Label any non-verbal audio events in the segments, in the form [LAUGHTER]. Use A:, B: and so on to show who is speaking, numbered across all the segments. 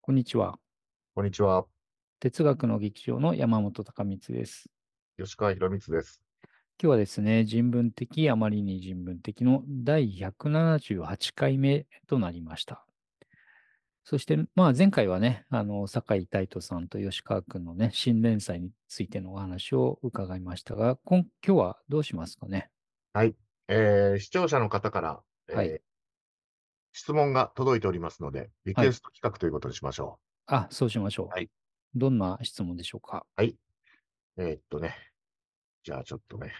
A: こんにちは。
B: こんにちは。
A: 哲学の劇場の山本隆光です。
B: 吉川博光です。
A: 今日はですね、人文的、あまりに人文的の第178回目となりました。そして、まあ、前回はね、あの、酒井太斗さんと吉川君のね、新連載についてのお話を伺いましたが、今今日はどうしますかね。
B: えー視聴者の方から、えー
A: はい
B: 質問が届いておりますので、リクエスト企画ということにしましょ
A: あ、そうしましょう。
B: はい
A: どんな質問でしょうか。
B: う。えーっとね。じゃあちょっとね。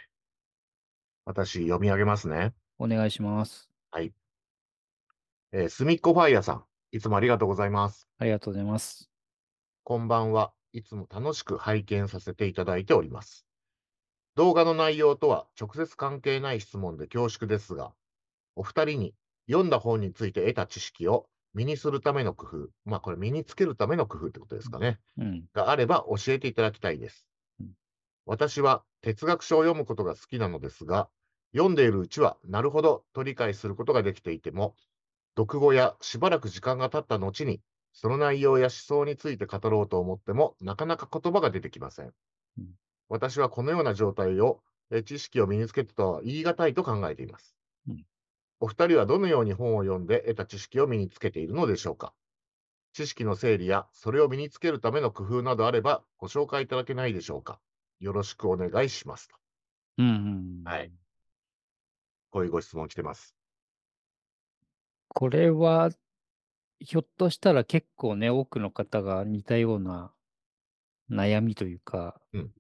B: 私読み上げますね。
A: お願いします。
B: えーすみっこファイヤーさん。いつもありがとうございます。
A: ありがとうございます。
B: こんばんは。いつも楽しく拝見させていただいております。動画の内容とは直接関係ない質問で恐縮ですが、お二人に読んだ本について得た知識を身にするための工夫、まあこれ身につけるための工夫ってことですかね、
A: うん。
B: があれば教えていただきたいです
A: うん。
B: 私は哲学書を読むことが好きなのですが、読んでいるうちはなるほどと理解することができていても、読後やしばらく時間が経った後にその内容や思想について語ろうと思っても、なかなか言葉が出てきません
A: うん。
B: 私はこのような状態を、え知識を身につけてとは言い難いと考えています
A: うん。
B: お二人はどのように本を読んで得た知識を身につけているのでしょうか知識の整理やそれを身につけるための工夫などあればご紹介いただけないでしょうかよろしくお願いしますと。
A: うん、うん。
B: はいこういうご質問来てます。
A: これは、ひょっとしたら結構ね、多くの方が似たような悩みというか、
B: うん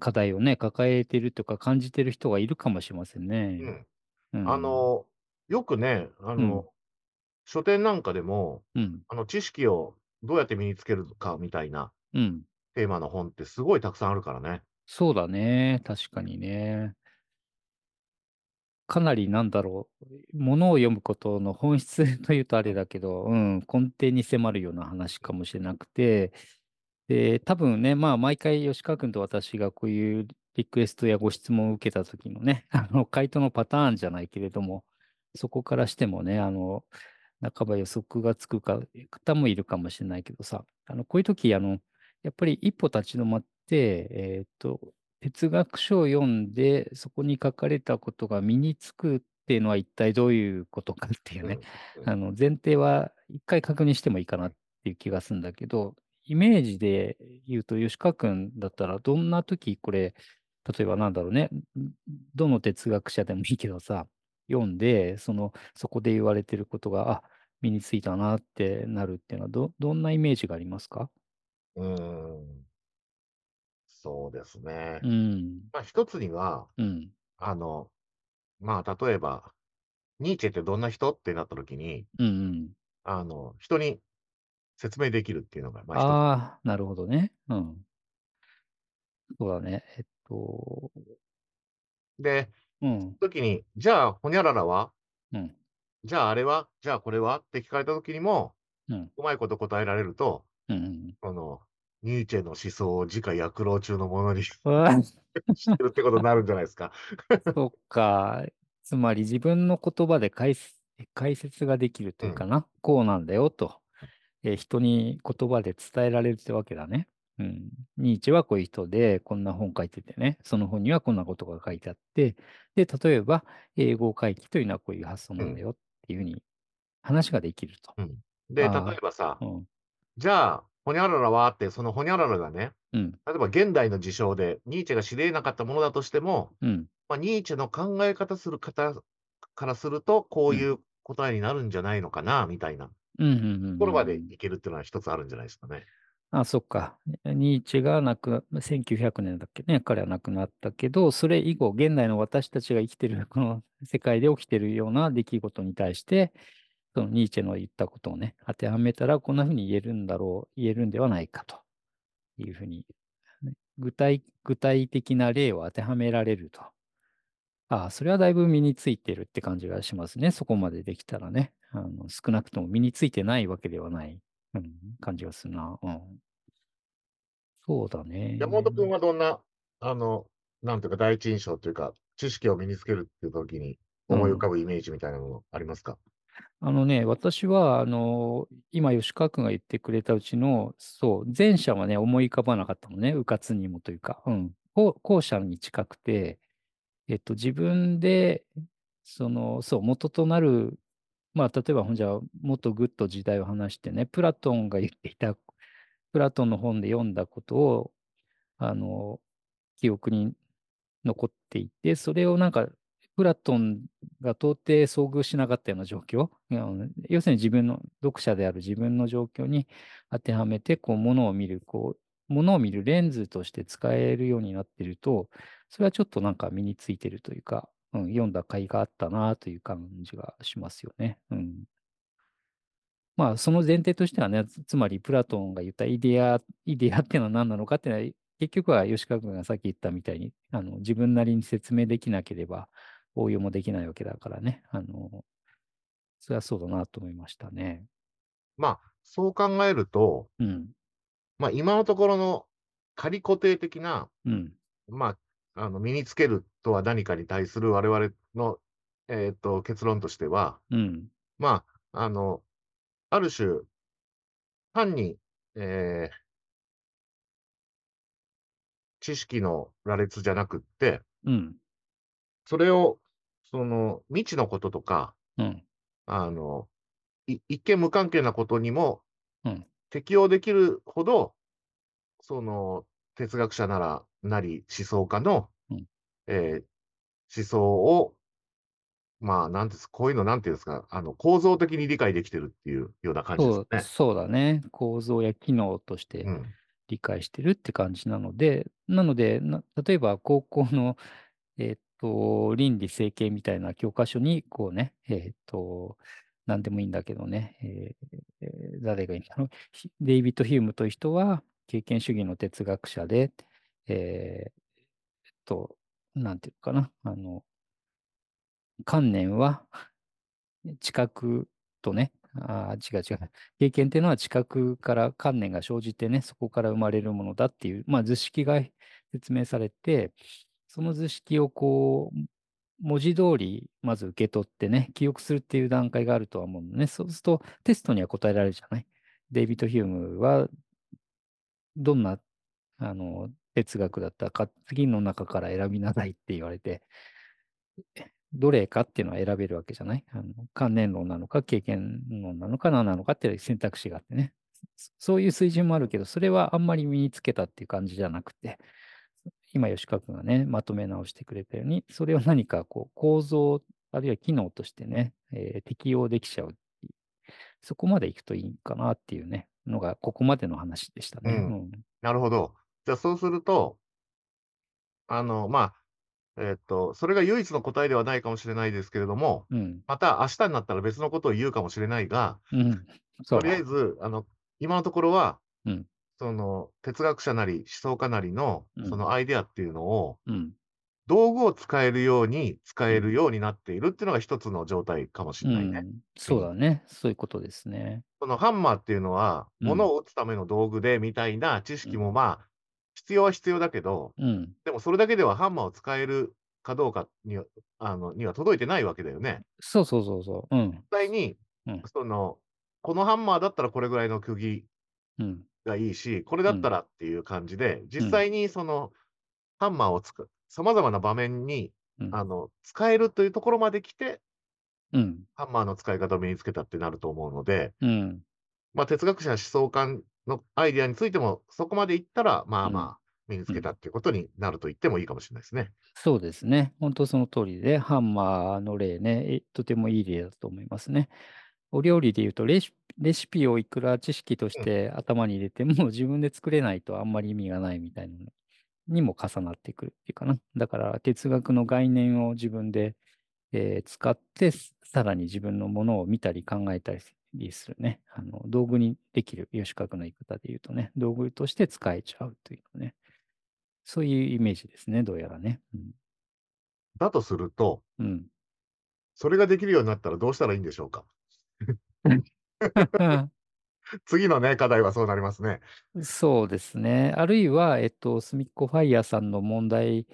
A: 課題をね、抱えてるとか感じてる人がいるかもしれません
B: う
A: ね。
B: ん、
A: うん
B: あ、の、よくね、あの、
A: うん
B: 書店なんかでも、
A: うん、
B: あの知識をどうやって身につけるかみたいな
A: うん。
B: テーマの本ってすごいたくさんあるからね。
A: そうだね。確かにね。かなりなんだろう。ものを読むことの本質というとあれだけど、うん、根底に迫るような話かもしれなくて、で、多分ね、まあ、毎回吉川君と私がこういうリクエストやご質問を受けた時のね、 [LAUGHS] あの、回答のパターンじゃないけれども、そこからしてもね、あの、半ば予測がつくか方もいるかもしれないけどさ、あの、こういう時、あの、やっぱり一歩立ち止まって、えーっと、哲学書を読んで、そこに書かれたことが身につくっていうのは一体どういうことかっていうね、
B: うん
A: あの前提は一回確認してもいいかなっていう気がするんだけど、イメージで言うと、吉川君だったら、どんな時これ、例えばなんだろうね、んどの哲学者でもいいけどさ、読んで、その、そこで言われてることが、あ、身についたなってなるっていうのは、ど、どんなイメージがありますか
B: うん、うんそうですね。
A: うん、
B: まあ一つには、
A: うん、
B: あの、まあ例えば、ニーチェってどんな人ってなった時に、
A: うん、うん。
B: あの、人に説明できるっていうのが、まあ
A: ああ、なるほどね。うん。そうだね。えっと、
B: 一つ。で、
A: うん、
B: 時に、じゃあ、ほにゃららは
A: うん、
B: じゃああれはじゃあこれはって聞かれた時にも、
A: うん、
B: うまいこと答えられると、
A: うんうん。
B: あの、ニーチェの思想を自家薬老中のものに [LAUGHS] し
A: うわ
B: てるってことになるんじゃないですか。
A: そうか。つまり自分の言葉で解説解説ができるというかな。こうなんだよと、えー人に言葉で伝えられるってわけだね。うん。ニーチェはこういう人で、こんな本書いててね。その本にはこんなことが書いてあって。で、例えば、英語回帰というのはこういう発想なんだよっていうふうに話ができると。
B: で、例
A: あー
B: えばさ
A: う、ん。
B: じゃあ、ほにゃららはって、そのほにゃららがね、
A: うん。
B: 例えば現代の事象で、ニーチェが知り得なかったものだとしても、
A: うん。
B: まあ、ニーチェの考え方する方からすると、こういうう答えになるんじゃないのかな、みたいなと
A: うんうんうんうんうん
B: ころまでいけるっていうのは一つあるんじゃないですかね。
A: あ、そっか。ニーチェが亡くな、1900年だっけね、彼は亡くなったけど、それ以後、現代の私たちが生きてる、この世界で起きてるような出来事に対して、そのニーチェの言ったことをね、当てはめたら、こんなふうに言えるんだろう、言えるんではないかというふうに、ね具体、具体的な例を当てはめられると。ああ、それはだいぶ身についてるって感じがしますね。そこまでできたらね。あの少なくとも身についてないわけではない、うん、感じがするな。うん、そうだね。
B: 山本君はどんな、あの、なんていうか、第一印象というか、知識を身につけるっていう時に思い浮かぶイメージみたいなものありますか、
A: あのね、私は、あの、今、吉川君が言ってくれたうちの、そう、前者はね、思い浮かばなかったのね、うかつにもというか、うん。後後者に近くて、えっと、自分で、その、そう、元となる、まあ、例えば、ほんじゃ、もっとぐっと時代を話してね、プラトンが言っていた、プラトンの本で読んだことを、あの、記憶に残っていて、それをなんか、プラトンが到底遭遇しなかったような状況、要するに自分の読者である自分の状況に当てはめて、こう、ものを見る、こう、ものを見るレンズとして使えるようになってると、それはちょっとなんか身についてるというか、うん、読んだ甲斐があったなという感じがしますよね。うん。まあ、その前提としてはね、つまりプラトンが言ったイデア、イデアっていうのは何なのかっていうのは、結局は吉川君がさっき言ったみたいに、あの自分なりに説明できなければ、応用もできないわけだからね。あの、それはそうだなと思いましたね。
B: まあ、そう考えると、
A: うん。
B: まあ、今のところの仮固定的な、
A: うん。
B: まあ、あの身につけるとは何かに対する我々の、えーと結論としては、
A: うん。
B: まあ、あの、ある種、単に、えー知識の羅列じゃなくって、
A: うん。
B: それを、その、未知のこととか、
A: うん。
B: あの、い一見無関係なことにも
A: うん
B: 適用できるほど、その、哲学者なら、なり、思想家の、
A: うん
B: えー思想を、まあ、なんです、こういうの、なんていうんですか、あの、構造的に理解できてるっていうような感じで
A: そ
B: す
A: うそうだね。構造や機能として
B: ね。うん。
A: 理解してるって感じなので、なので、な例えば高校の、えーっと、倫理整形みたいな教科書に、こうね、えーっと、なんでもいいんだけどね、えーえー誰がいいんだろう、ひデイビッド・ヒュームという人は、経験主義の哲学者で、えーえっと、なんていうのかな、あの、観念は知覚とね、あー違う違う、経験っていうのは知覚から観念が生じてね、そこから生まれるものだっていう、まあ図式が説明されて、その図式をこう、文字通りまず受け取ってね、記憶するっていう段階があるとは思うのね。そうするとテストには答えられるじゃない。デイビッド・ヒュームはどんなあの哲学だったか、次の中から選びなさいって言われて、どれかっていうのは選べるわけじゃないあの観念論なのか、経験論なのか、何なのかっていう選択肢があってね。そそういう水準もあるけど、それはあんまり身につけたっていう感じじゃなくて、今、吉川君がね、まとめ直してくれたように、それを何かこう構造、あるいは機能としてね、えー適用できちゃうっていう。そこまでいくといいかなっていうね、のが、ここまでの話でしたね。
B: うんなるほど。じゃあ、そうすると、あの、まあ、えっと、それが唯一の答えではないかもしれないですけれども、
A: うん。うん。
B: また明日になったら別のことを言うかもしれないが、
A: うん。そう
B: とりあえず、あの、今のところは、
A: うん
B: その、哲学者なり思想家なりの
A: う、ん
B: そのアイデアっていうのを、
A: うん。
B: 道具を使えるように使えるようになっているっていうのが一つの状態かもし
A: う
B: れないね。
A: ん。そうだね。そういうことですね。
B: そのハンマーっていうのは、
A: うん
B: 物を打つための道具でみたいな知識もまあ、必要は必要だけど、
A: うん。
B: でもそれだけではハンマーを使えるかどうかにはあのには届いてないわけだよね。
A: そうそうそうそう。うん。
B: 実際に、
A: うん
B: その、このハンマーだったらこれぐらいの釘
A: うん。
B: がいいし、これだったらっていう感じで、実際にそのハンマーをつく、さまざまな場面に、
A: うん
B: あの、使えるというところまで来て、
A: うん。
B: ハンマーの使い方を身につけたってなると思うので、
A: うん。
B: まあ、哲学者、思想家のアイデアについても、そこまでいったら、まあまあ、身につけたっていうことになると言ってもいいかもしれないですね。
A: そうですね。本当その通りで、ハンマーの例ね、えとてもいい例だと思いますね。お料理で言うとレシピ、レシピをいくら知識として頭に入れても、 [LAUGHS] 自分で作れないとあんまり意味がないみたいなのにも重なってくるっていうかな。だから、哲学の概念を自分で、えー使って、さらに自分のものを見たり考えたりするね。あの道具にできる、吉川君の言い方で言うとね、道具として使えちゃうというね。そういうイメージですね、どうやらね。うん
B: だとすると、
A: うん。
B: それができるようになったらどうしたらいいんでしょうか。 [LAUGHS] 次のね、課題はそうなりますね。
A: そうですね。あるいは、えっと、すみっこファイヤーさんの問題、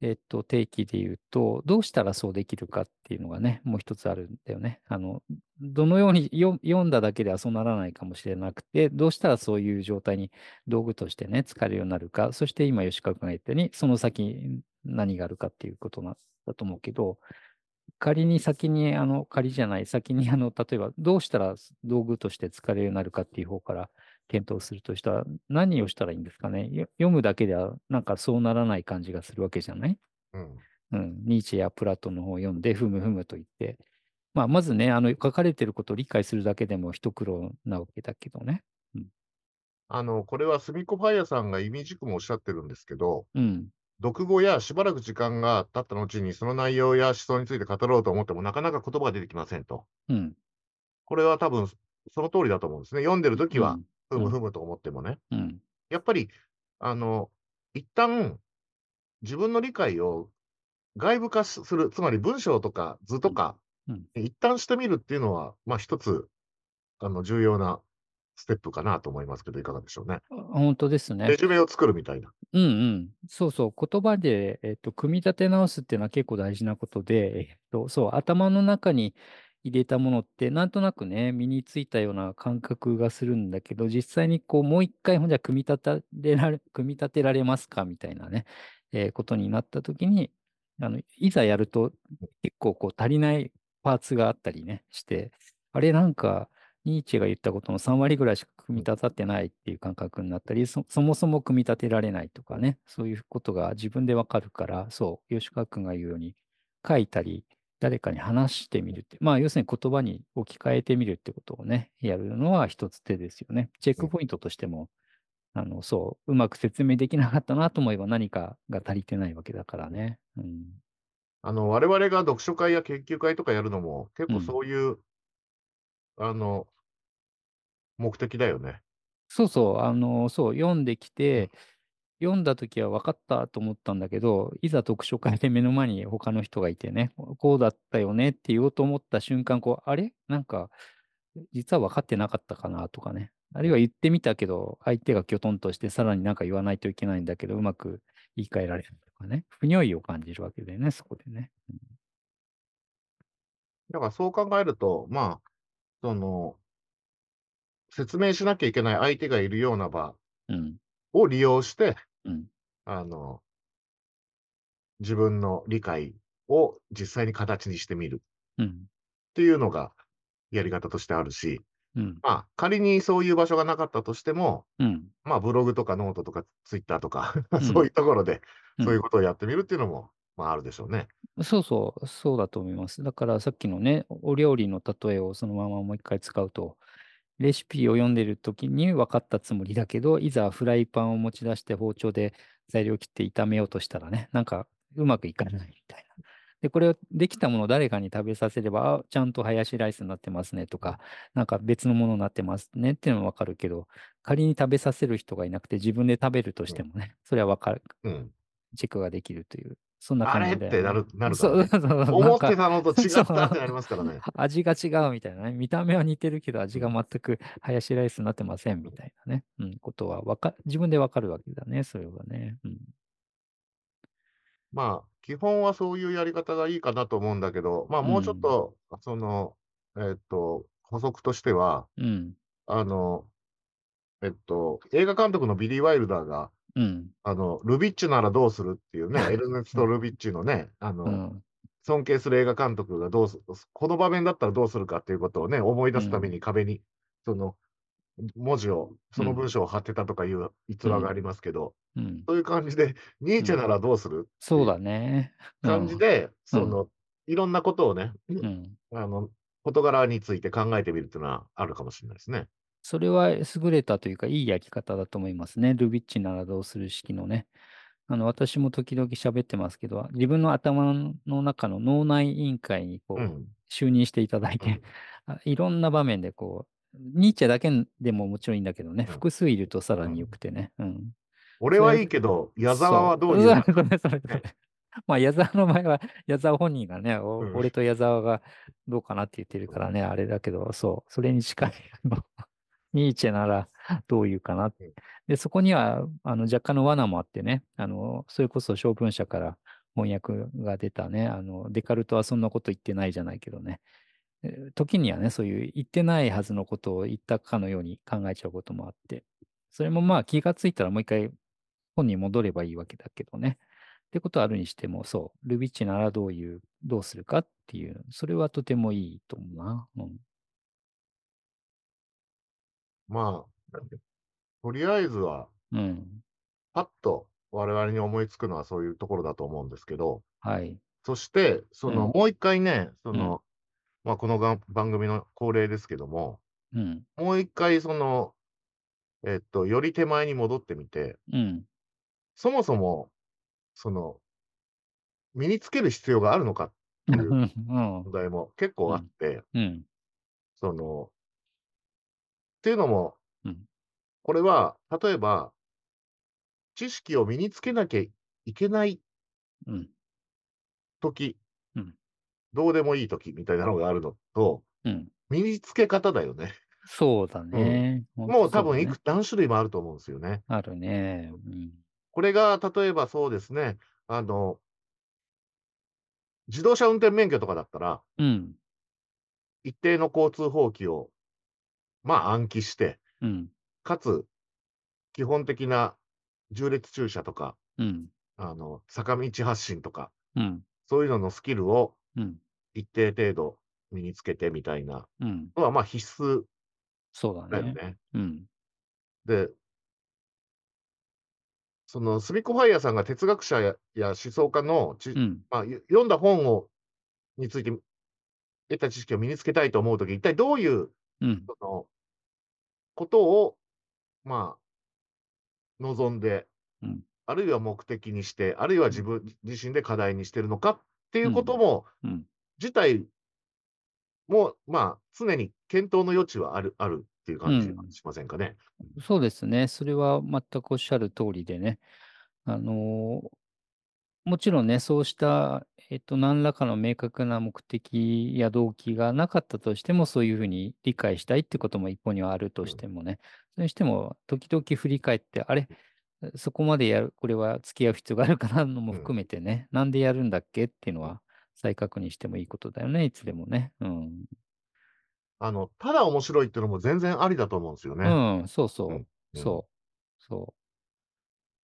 A: えっと、定期で言うと、どうしたらそうできるかっていうのがね、もう一つあるんだよね。あの、どのようによ読んだだけではそうならないかもしれなくて、どうしたらそういう状態に道具としてね、使えるようになるか、そして今、吉川君が言ったように、その先何があるかっていうことなんだと思うけど、仮に先に、あの、仮じゃない、先に、あの、例えば、どうしたら道具として使えるようになるかっていう方から検討するとしたら、何をしたらいいんですかね。よ読むだけでは、なんかそうならない感じがするわけじゃない
B: うん。
A: うん、ニーチェやプラトンの本を読んで、ふむふむと言って、まあ、まずね、あの、書かれてることを理解するだけでも一苦労なわけだけどね。
B: あの、これはすみこファイヤさんが意味軸もおっしゃってるんですけど、
A: うん。
B: 読後やしばらく時間が経った後に、その内容や思想について語ろうと思っても、なかなか言葉が出てきませんと。
A: うん。
B: これは多分、その通りだと思うんですね。読んでる時は、
A: うん
B: ふむふむと思ってもね。
A: うん。うん。
B: やっぱり、あの、一旦、自分の理解を外部化する、つまり文章とか図とか、
A: うん
B: 一旦してみるっていうのは、まあ一つ、あの、重要なステップかなと思いますけど、いかがでしょうね。
A: あ本当ですね
B: レ。ジュメを作るみたいな。
A: うんうん。そうそう。言葉で、えっと、組み立て直すっていうのは結構大事なことで、えっと、そう、頭の中に入れたものって、なんとなくね、身についたような感覚がするんだけど、実際にこう、もう一回、ほんじゃ、組み立てられ、組み立てられますかみたいなね、えーことになったときに、あの、いざやると、結構こう、足りないパーツがあったりね、して、あれ、なんか、ニーチェが言ったことの3割ぐらいしか組み立たってないっていう感覚になったり、そそもそも組み立てられないとかね、そういうことが自分でわかるから、そう、吉川君が言うように、書いたり、誰かに話してみるって、まあ、要するに言葉に置き換えてみるってことをね、やるのは一つ手ですよね。チェックポイントとしても、あの、そう、うまく説明できなかったなと思えば何かが足りてないわけだからね。うん。
B: あの、我々が読書会や研究会とかやるのも、結
A: う
B: 構
A: ん
B: そういう、あの、目的だよね。
A: そうそう、あの、そう、読んできて、読んだときは分かったと思ったんだけど、いざ読書会で目の前に他の人がいてね、こうだったよねって言おうと思った瞬間、こう、あれなんか、実は分かってなかったかなとかね。あるいは言ってみたけど、相手がきょとんとして、さらになんか言わないといけないんだけど、うまく言い換えられないとかね。不如意を感じるわけだよね、そこでね。
B: だからそう考えると、まあ、その、説明しなきゃいけない相手がいるような場
A: うん。
B: を利用して、
A: うん。
B: あの、自分の理解を実際に形にしてみる
A: うん。
B: っていうのがやり方としてあるし、
A: うん。
B: まあ、仮にそういう場所がなかったとしても、
A: うん。
B: まあ、ブログとかノートとかツイッターとか、
A: ん
B: [LAUGHS] そういうところで、
A: うん
B: そういうことをやってみるっていうのも、まあ、あるでしょうね。
A: そうそう、そうだと思います。だからさっきのね、お料理の例えをそのままもう一回使うと、レシピを読んでる時に分かったつもりだけど、いざフライパンを持ち出して包丁で材料を切って炒めようとしたらね、なんかうまくいかないみたいな。で、これをできたものを誰かに食べさせれば、あちゃんとハヤシライスになってますねとか、なんか別のものになってますねっていうのは分かるけど、仮に食べさせる人がいなくて自分で食べるとしてもね、それは分かる、
B: うん。
A: チェックができるという、そんな
B: あ
A: 感
B: れ
A: じ
B: っ
A: で。
B: てなる、なるか
A: そ
B: ら
A: う
B: ね
A: そうそうそう
B: 思っ
A: な
B: て
A: んか
B: たのと違
A: そう
B: ったってなりますから
A: [LAUGHS]
B: ね。
A: 味が違うみたいなね。見た目は似てるけど味が全くハヤシライスになってませんみたいなね。うん、ことはわか、自分でわかるわけだね、それはね。うん。
B: まあ、基本はそういうやり方がいいかなと思うんだけど、まあ、もうちょっと、その、えっと、補足としては、
A: うん。
B: あの、えっと、映画監督のビリー・ワイルダーが、
A: うん。
B: あの、ルビッチュならどうするっていうね、エルネスト・ルビッチュのね、あの、
A: うん。
B: 尊敬する映画監督がどうす、この場面だったらどうするかっていうことをね、思い出すために壁に、その、文字を、その文章を貼ってたとかいう逸話がありますけど、
A: うん。
B: そういう感じで、ニーチェならどうする
A: そうだね。
B: 感じで、その、いろんなことをね、
A: うん。うん。
B: あの、事柄について考えてみるっていうのはあるかもしれないですね。
A: それは優れたというか、いい焼き方だと思いますね。ルビッチならどうする式のね。あの、私も時々喋ってますけど、自分の頭の中の脳内委員会にこう、
B: うん。
A: 就任していただいて、あいろんな場面でこう、ニーチェだけでももちろんいいんだけどね、
B: うん
A: 複数いるとさらに良くてね。うん。
B: 俺はいいけど、矢沢はどう
A: い
B: いうう
A: そうそれそれそれ [LAUGHS] まあ、矢沢の場合は、矢沢本人がね、お
B: うん
A: 俺と矢沢がどうかなって言ってるからね、あれだけど、そう、それに近い。あの [LAUGHS] ニーチェならどういうかなって
B: うん。
A: で、そこには、あの、若干の罠もあってね、あの、それこそ小文社から翻訳が出たね、あの、デカルトはそんなこと言ってないじゃないけどね。えー時にはね、そういう言ってないはずのことを言ったかのように考えちゃうこともあって、それもまあ気がついたらもう一回本に戻ればいいわけだけどね。ってことはあるにしても、そう、ルビッチならどういう、どうするかっていう、それはとてもいいと思うな。うん。
B: まあ、とりあえずは、
A: うん。
B: パッと我々に思いつくのはそういうところだと思うんですけど、
A: はい。
B: そして、その、
A: うん
B: もう一回ね、その、まあ、このが番組の恒例ですけども、
A: うん。
B: もう一回、その、えっと、より手前に戻ってみて、
A: うん。
B: そもそも、その、身につける必要があるのかってい
A: [LAUGHS]
B: う
A: うん。
B: 問題も結構あって、
A: うん。
B: その、っていうのも、
A: うん
B: これは、例えば、知識を身につけなきゃいけない
A: うん。
B: 時、
A: うん
B: どうでもいい時みたいなのがあるのと、
A: うん。
B: 身につけ方だよね。
A: そうだね。
B: もう多分い
A: く
B: く、何種類もあると思うんですよね。
A: あるね。うん。
B: これが、例えばそうですね、あの、自動車運転免許とかだったら、
A: うん。
B: 一定の交通法規を、まあ暗記して、
A: うん。
B: かつ、基本的な縦列駐車とか、
A: うん。
B: あの、坂道発進とか、
A: うん。
B: そういうののスキルを
A: うん。
B: 一定程度身につけてみたいな
A: うん。
B: のは、まあ必須
A: そう
B: だ
A: だ
B: よね
A: ね。。うん。
B: で、その、スミコファイヤーさんが哲学者やや思想家のち、
A: うん。
B: まあ、ゆ読んだ本を、について得た知識を身につけたいと思うとき、一体どういう、
A: うん。
B: その、ことを、まあ、望んで、
A: うん
B: あるいは目的にして、あるいは自分自身で課題にしてるのかっていうこと
A: うん
B: も、
A: うん。
B: 自体も、まあ、常に検討の余地はある、あるっていう感じ
A: うん
B: がしませんかね。
A: そうですね。それは全くおっしゃる通りでね。あのーもちろんね、そうした、えっと、何らかの明確な目的や動機がなかったとしても、そういうふうに理解したいってことも一方にはあるとしてもね、それにしても、時々振り返って、あれ、そこまでやる、これは付き合う必要があるかなのも
B: うん
A: 含めてね、なんでやるんだっけっていうのは、再確認してもいいことだよね、いつでもね。うん。
B: あの、ただ面白いっていうのも全然ありだと思うんですよね。
A: うん、そうそうう。
B: んうん
A: そう。そう。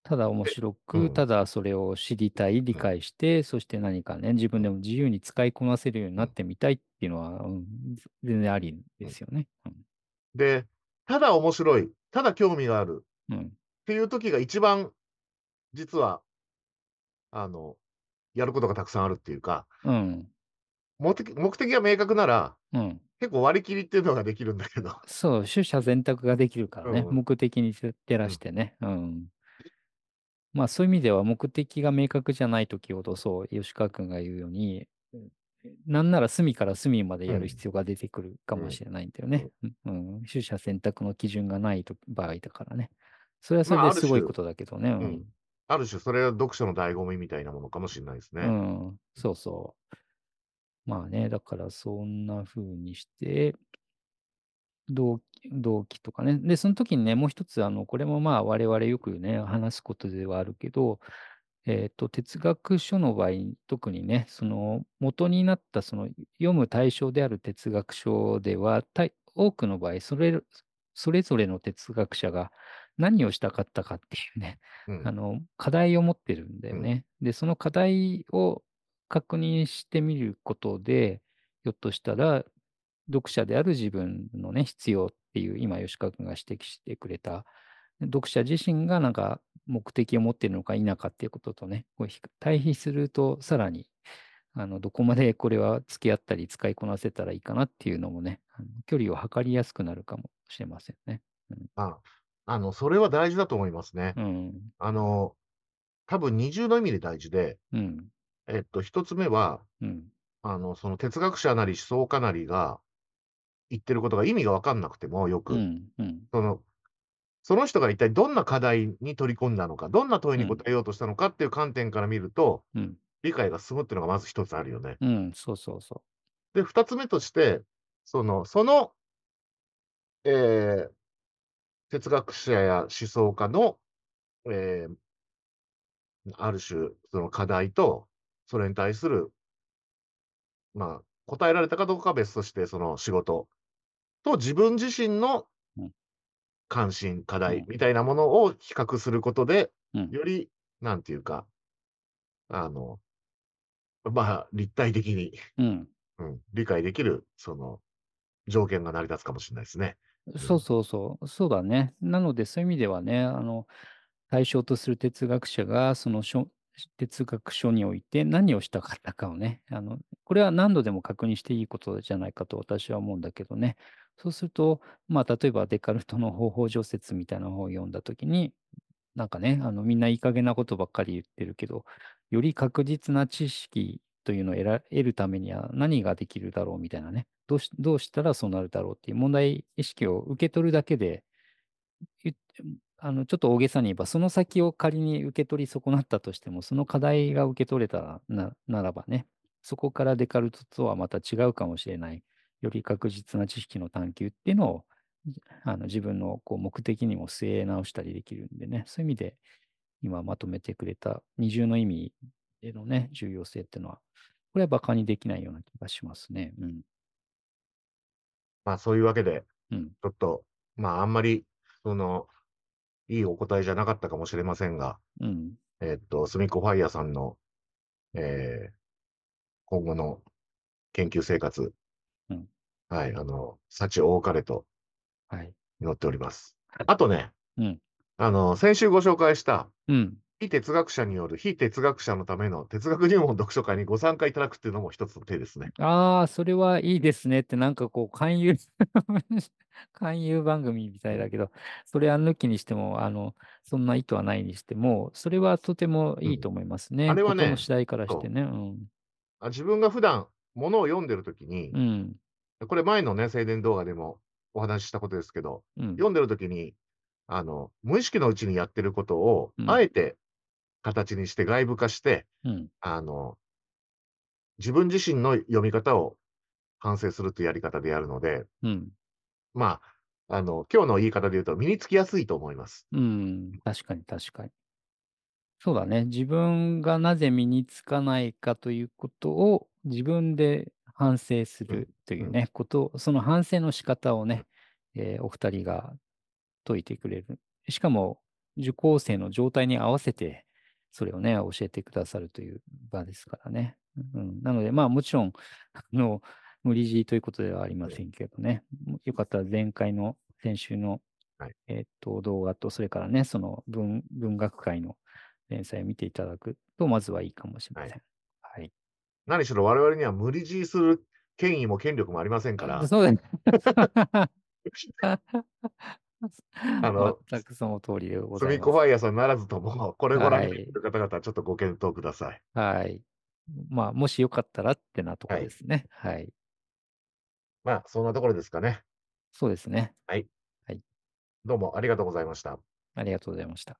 A: ただ面白
B: う
A: く、
B: ん
A: ただそれを知りたい、理解して、そして何かね、自分でも自由に使いこなせるようになってみたいっていうのは、うん全然ありですよね。
B: で、ただ面白い、ただ興味があるっ
A: うん。うん
B: ていう時が一番、実は、あの、やることがたくさんあるっていうか、
A: うん。
B: 目的目的が明確なら、
A: うん。
B: 結構割り切りっていうのができるんだけど、 [LAUGHS]
A: そう、取捨選択ができるからね、
B: うん
A: 目的に照らしてね。うん。まあそういう意味では目的が明確じゃない時ほどそう吉川君が言うようにうんなんなら隅から隅までや
B: うん
A: る必要が出てくるか
B: うん
A: もしれないんだよね。うんうん取捨選択の基準がないと場合だからね。それはそ
B: まあ
A: れ
B: あ
A: で
B: る
A: すごい
B: 種
A: ことだけどね。うん
B: うんある種それは読書の醍醐味みたいなものかもしれないですね。
A: うん、そうそう。まあね、だからそんな風にして、動機動機とかね。で、その時にね、もう一つ、あの、これもまあ我々よくね、話すことではあるけど、えっ、と、哲学書の場合、特にね、その元になった、その読む対象である哲学書では、大多くの場合、それ、それぞれの哲学者が何をしたかったかっていうね、
B: うん
A: あの、課題を持ってるんだよね。で、その課題を確認してみることで、ひょっとしたら、読者である自分のね、必要っていう、今、吉川君が指摘してくれた、読者自身がなんか目的を持っているのか否かっていうこととね、こうひ対比すると、さらに、あの、どこまでこれは付き合ったり使いこなせたらいいかなっていうのもね、あの距離を測りやすくなるかもしれませんね。
B: まあ、あの、それは大事だと思いますね。
A: うん、
B: あの、多分二重の意味で大事で、
A: うん、
B: えっと、一つ目は、
A: うん、
B: あの、その哲学者なり思想家なりが言ってることが意味が分かんなくても、よく、
A: うん、うん、
B: その、その人が一体どんな課題に取り込んだのか、どんな問いに答えようとしたのかっていう観点から見ると、
A: うん。
B: 理解が進むっていうのがまず一つあるよね。
A: うん、そうそうそ
B: で、二つ目として、その、その、えー哲学者や思想家の、えーある種、その課題と、それに対する、まあ、答えられたかどうかは別として、その仕事と自分自身の
A: うん
B: 関心、課
A: う
B: 題
A: ん
B: みたいなものを比較することで、
A: うん
B: より、なんていうか、あの、まあ、立体的に、
A: うん。
B: うん、理解できる、その、条件が成り立つかもしれないですね。
A: そうそうそう。そうだね。なので、そういう意味ではね、あの、対象とする哲学者が、その書、哲学書において何をしたかったかをね、あの、これは何度でも確認していいことじゃないかと私は思うんだけどね。そうすると、まあ、例えばデカルトの方法常説みたいな本を読んだときに、なんかね、あの、みんないい加減なことばっかり言ってるけど、より確実な知識というのを得ら得るためには何ができるだろうみたいなね、どうしどうしたらそうなるだろうっていう問題意識を受け取るだけで、言ってあのちょっと大げさに言えば、その先を仮に受け取り損なったとしても、その課題が受け取れたらなならばね、そこからデカルトとはまた違うかもしれない、より確実な知識の探求っていうのを、あの自分のこう目的にも据え直したりできるんでね、そういう意味で今まとめてくれた二重の意味でのね、重要性っていうのは、これは馬鹿にできないような気がしますね。うん。
B: まあ、そういうわけで、
A: うん。
B: ちょっと、まあ、あんまり、その、いいお答えじゃなかったかもしれませんが、
A: うん。
B: えっと、スミコファイヤーさんの、えー今後の研究生活、
A: うん
B: はい、あの、幸多かれと
A: はい。
B: 祈っております。あとね、
A: うん
B: あの、先週ご紹介した、
A: うん。
B: 非哲学者による非哲学者のための哲学入門読書会にご参加いただくっていうのも一つの手ですね。
A: ああ、それはいいですねって、なんかこう、勧誘 [LAUGHS] 勧誘番組みたいだけど、それは抜きにしても、あの、そんな意図はないにしても、それはとてもいいと思いますね。
B: あれは
A: こと
B: ね
A: の次第からしてね。うん。
B: あ自分が普段物を読んでるときに
A: う、ん。
B: これ前のね、青年動画でもお話ししたことですけど、
A: うん。
B: 読んでるときに、あの、無意識のうちにやってることを
A: う、ん
B: あえて形にして外部化して、
A: うん。
B: あの、自分自身の読み方を反省するというやり方でやるので、
A: うん。
B: まあ、あの、今日の言い方で言うと、身につきやすいと思います。
A: うん。確かに、確かに。そうだね。自分がなぜ身につかないかということを自分で反省するというね、こと、その反省の仕方をね、えーお二人が解いてくれる。しかも、受講生の状態に合わせて、それをね、教えてくださるという場ですからね。うん、なので、まあもちろん、 [LAUGHS] あの、無理強いということではありませんけどね。よかったら前回の、先週の、
B: はい
A: えーっと、動画と、それからね、その文文学界の連載を見ていただくと、まずはいいかもしれません。はい。
B: 何しろ我々には無理強いする権威も権力もありませんから、
A: そう [LAUGHS] だね。
B: の
A: [LAUGHS] 全くその通りでご
B: ス
A: ざい
B: ミ
A: ま
B: コ
A: す
B: フ。ァイヤーさんならずとも、これご覧になってい
A: はい
B: る方々はちょっとご検討ください。
A: はい。まあ、もしよかったらってなとこ
B: はい
A: ですね。はい。
B: まあ、そんなところですかね。
A: そうですね。
B: どうもありがとうございました。
A: ありがとうございました。